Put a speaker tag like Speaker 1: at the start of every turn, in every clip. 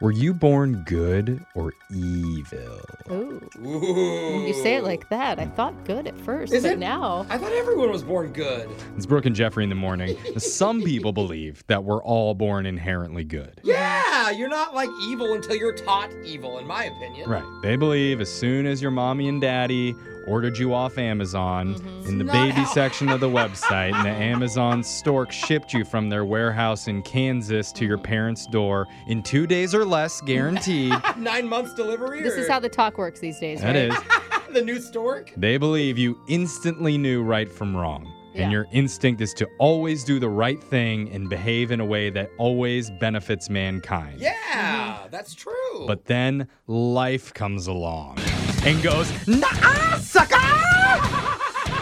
Speaker 1: Were you born good or evil?
Speaker 2: Ooh.
Speaker 3: Ooh.
Speaker 2: You say it like that. I thought good at first,
Speaker 3: Is
Speaker 2: but
Speaker 3: it?
Speaker 2: now.
Speaker 3: I thought everyone was born good.
Speaker 1: It's Brooke and Jeffrey in the morning. Some people believe that we're all born inherently good.
Speaker 3: Yeah, you're not like evil until you're taught evil, in my opinion.
Speaker 1: Right. They believe as soon as your mommy and daddy ordered you off Amazon in the
Speaker 3: Not
Speaker 1: baby
Speaker 3: how-
Speaker 1: section of the website and the Amazon stork shipped you from their warehouse in Kansas to your parents' door in 2 days or less guaranteed.
Speaker 3: Nine months delivery.
Speaker 2: This is
Speaker 3: or-
Speaker 2: how the talk works these days.
Speaker 1: that
Speaker 2: right?
Speaker 1: is
Speaker 3: the new stork.
Speaker 1: They believe you instantly knew right from wrong,
Speaker 2: Yeah.
Speaker 1: and your instinct is to always do the right thing and behave in a way that always benefits mankind.
Speaker 3: Yeah,
Speaker 2: Mm-hmm.
Speaker 3: that's true.
Speaker 1: But then life comes along and goes, Nah, sucker!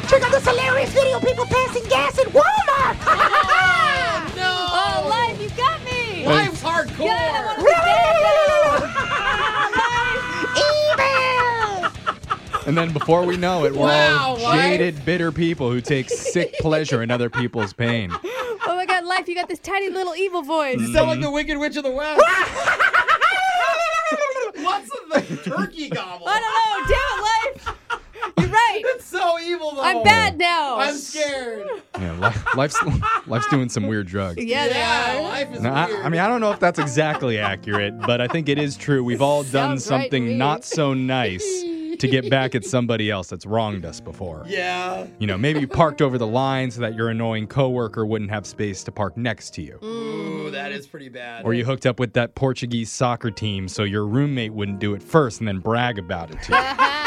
Speaker 4: Check out this hilarious video people passing gas at Walmart!
Speaker 3: no,
Speaker 2: Oh, live, you got me!
Speaker 3: life's hardcore.
Speaker 2: Yeah, I wanna-
Speaker 4: Evil!
Speaker 1: And then before we know it, we're all
Speaker 3: Wow, life.
Speaker 1: jaded, bitter people who take sick pleasure in other people's pain.
Speaker 2: Oh my god, life, you got this tiny little evil voice.
Speaker 1: Mm. Mm-hmm.
Speaker 3: You sound like the Wicked Witch of the West.
Speaker 2: Ah!
Speaker 3: What's the turkey gobble?
Speaker 2: I don't know. Damn it, life. You're right.
Speaker 3: It's so evil though.
Speaker 2: I'm bad now.
Speaker 3: I'm scared.
Speaker 1: Yeah, li- life's, life's doing some weird drugs.
Speaker 2: Yeah, they are.
Speaker 3: life is
Speaker 1: No, I,
Speaker 3: weird.
Speaker 1: I mean, I don't know if that's exactly accurate, but I think it is true. We've all done
Speaker 2: Sounds right to
Speaker 1: something
Speaker 2: me.
Speaker 1: not so nice to get back at somebody else that's wronged us before.
Speaker 3: yeah.
Speaker 1: You know, maybe you parked over the line so that your annoying coworker wouldn't have space to park next to you.
Speaker 2: Mm.
Speaker 3: Ooh, that is pretty bad.
Speaker 1: Or you hooked up with that Portuguese soccer team so your roommate wouldn't do it first and then brag about it to you.
Speaker 2: Aha.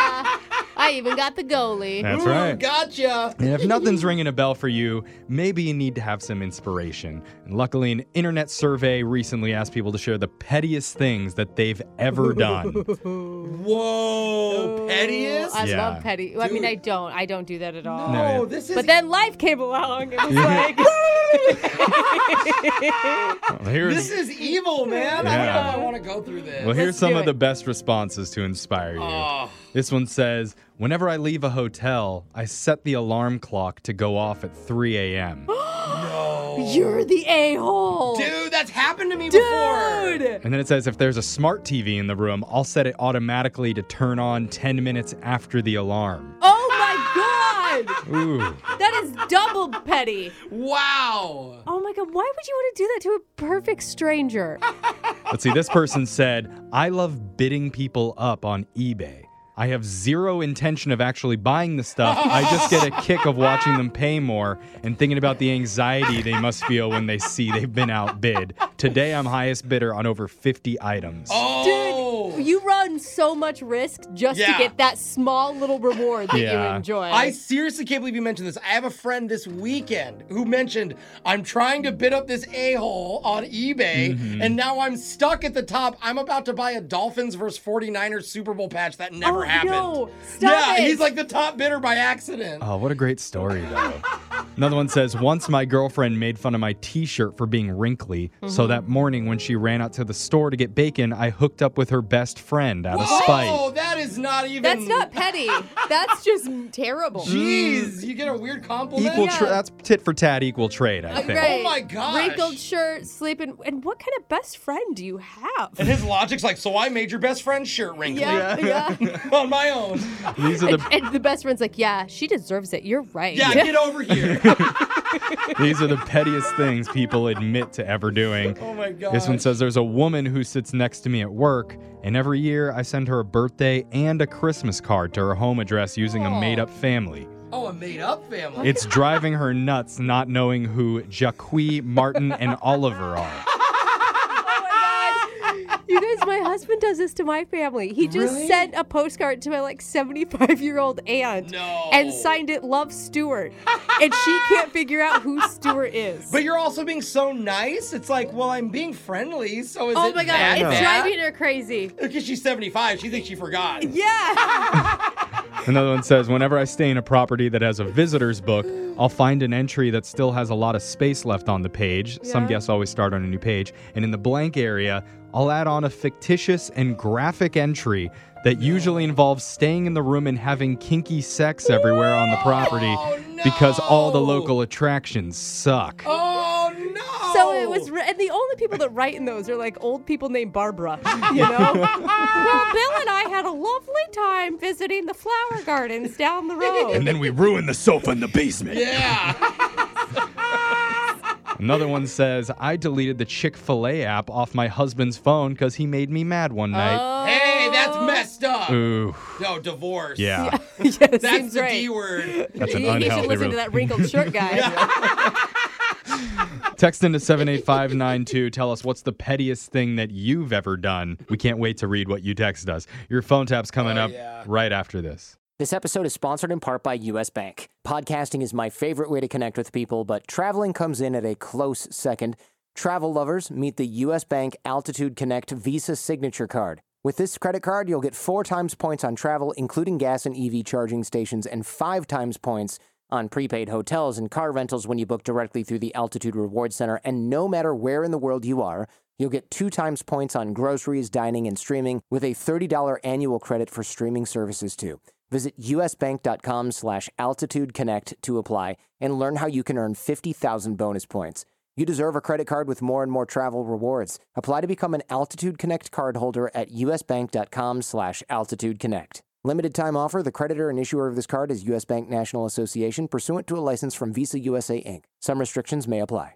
Speaker 2: I even got the goalie.
Speaker 1: That's
Speaker 3: Ooh,
Speaker 1: right.
Speaker 3: Gotcha.
Speaker 1: And if nothing's ringing a bell for you, maybe you need to have some inspiration. And luckily, an internet survey recently asked people to share the pettiest things that they've ever done.
Speaker 3: Whoa, pettiest.
Speaker 2: I
Speaker 1: Yeah.
Speaker 2: love petty. I mean,
Speaker 3: Dude.
Speaker 2: I don't. I don't do that at all.
Speaker 1: No.
Speaker 3: oh, this is.
Speaker 2: But then life came along. It was like,
Speaker 1: Well, here's,
Speaker 3: this is evil, man. I don't know
Speaker 1: Yeah.
Speaker 3: if I want to go through this.
Speaker 1: well, here's
Speaker 2: Let's
Speaker 1: some
Speaker 2: do
Speaker 1: of
Speaker 2: it.
Speaker 1: the best responses to inspire you.
Speaker 3: Oh,
Speaker 1: This one says Whenever I leave a hotel, I set the alarm clock to go off at 3 a.m.
Speaker 2: you're the a hole.
Speaker 3: dude, that's happened to me before.
Speaker 2: Dude.
Speaker 1: And then it says if there's a smart TV in the room, I'll set it automatically to turn on 10 minutes after the alarm.
Speaker 2: Oh my god.
Speaker 1: Ooh.
Speaker 2: That is double petty.
Speaker 3: Wow.
Speaker 2: Oh my god. Why would you want to do that to a perfect stranger?
Speaker 1: Let's see, this person said, I love bidding people up on eBay. I have zero intention of actually buying the stuff. I just get a kick of watching them pay more and thinking about the anxiety they must feel when they see they've been outbid. Today, I'm highest bidder on over 50 items.
Speaker 3: Oh,
Speaker 2: You run so much risk just
Speaker 3: Yeah.
Speaker 2: to get that small little reward that
Speaker 1: Yeah.
Speaker 2: you enjoy.
Speaker 3: I seriously can't believe you mentioned this. I have a friend this weekend who mentioned, I'm trying to bid up this a hole on eBay,
Speaker 1: Mm-hmm.
Speaker 3: and now I'm stuck at the top. I'm about to buy a Dolphins versus 49ers Super Bowl patch that
Speaker 2: Oh,
Speaker 3: never happened.
Speaker 2: no. Stop
Speaker 3: yeah,
Speaker 2: it.
Speaker 3: he's like the top bidder by accident.
Speaker 1: Oh, what a great story, though. Another one says, Once my girlfriend made fun of my t shirt for being wrinkly. So that morning, when she ran out to the store to get bacon, I hooked up with her best friend out of spite.
Speaker 3: Oh, that is not even.
Speaker 2: That's not petty. That's just terrible.
Speaker 3: Jeez, you get a weird compliment.
Speaker 1: Equal
Speaker 2: Yeah. Uh,
Speaker 1: tra- that's tit for tat, equal trade, I think.
Speaker 2: Right.
Speaker 3: Oh my gosh.
Speaker 2: Wrinkled shirt, sleeping. And what kind of best friend do you
Speaker 3: And
Speaker 2: have?
Speaker 3: his logic's like, so I made your best friend shirt wrinkly
Speaker 2: Yeah, yeah.
Speaker 3: on my own.
Speaker 1: These are
Speaker 2: and,
Speaker 1: the
Speaker 2: and the best friend's like, yeah, she deserves it. You're right.
Speaker 3: Yeah, get over here.
Speaker 1: these are the pettiest things people admit to ever doing.
Speaker 3: oh my god.
Speaker 1: This one says there's a woman who sits next to me at work, and every year I send her a birthday and a Christmas card to her home address using a made up family.
Speaker 3: Oh, a made up family.
Speaker 1: It's driving her nuts not knowing who Jacqui, Martin, and Oliver are.
Speaker 2: You guys, Oh my husband does this to my family. He just
Speaker 3: Really?
Speaker 2: sent a postcard to my like 75 year old aunt
Speaker 3: No.
Speaker 2: and signed it Love Stewart. and she can't figure out who Stewart is.
Speaker 3: But you're also being so nice. It's like, well, I'm being friendly, so is
Speaker 2: oh
Speaker 3: it
Speaker 2: my god,
Speaker 3: that
Speaker 2: it's
Speaker 3: bad?
Speaker 2: driving her crazy.
Speaker 3: Because she's 75, she thinks she forgot.
Speaker 2: Yeah.
Speaker 1: Another one says, Whenever I stay in a property that has a visitor's book, I'll find an entry that still has a lot of space left on the page. Some
Speaker 2: Yeah.
Speaker 1: guests always start on a new page. And in the blank area, I'll add on a fictitious and graphic entry that usually involves staying in the room and having kinky sex everywhere on the property
Speaker 3: Oh,
Speaker 1: because all the
Speaker 3: no.
Speaker 1: local attractions suck.
Speaker 3: Oh no!
Speaker 2: So it was, ri- and the only people that write in those are like old people named Barbara, you know. well, Bill and I had a lovely time visiting the flower gardens down the road.
Speaker 1: And then we ruined the sofa in the basement.
Speaker 3: Yeah.
Speaker 1: Another one says, I deleted the Chick fil A app off my husband's phone because he made me mad one night.
Speaker 3: hey, that's messed up.
Speaker 1: Ooh,
Speaker 3: No, divorce.
Speaker 1: yeah.
Speaker 2: yeah,
Speaker 3: That's
Speaker 2: seems
Speaker 3: the
Speaker 2: right.
Speaker 3: D word.
Speaker 1: That's an
Speaker 2: you, you should
Speaker 1: unhealthy
Speaker 2: listen to
Speaker 1: rel-
Speaker 2: that wrinkled shirt guy.
Speaker 1: Text into 78592. Tell us what's the pettiest thing that you've ever done. We can't wait to read what you text us. Your phone tap's coming
Speaker 3: Oh,
Speaker 1: up
Speaker 3: yeah.
Speaker 1: right after this.
Speaker 5: This episode is sponsored in part by US Bank. Podcasting is my favorite way to connect with people, but traveling comes in at a close second. Travel lovers, meet the US Bank Altitude Connect Visa Signature Card. With this credit card, you'll get four times points on travel, including gas and EV charging stations, and five times points on prepaid hotels and car rentals when you book directly through the Altitude Reward Center. And no matter where in the world you are, you'll get two times points on groceries, dining, and streaming with a $30 annual credit for streaming services too. Visit usbank.com slash altitude connect to apply and learn how you can earn 50,000 bonus points. You deserve a credit card with more and more travel rewards. Apply to become an Altitude Connect cardholder at usbank.com slash altitude connect. Limited time offer. The creditor and issuer of this card is U.S. Bank National Association, pursuant to a license from Visa USA Inc. Some restrictions may apply.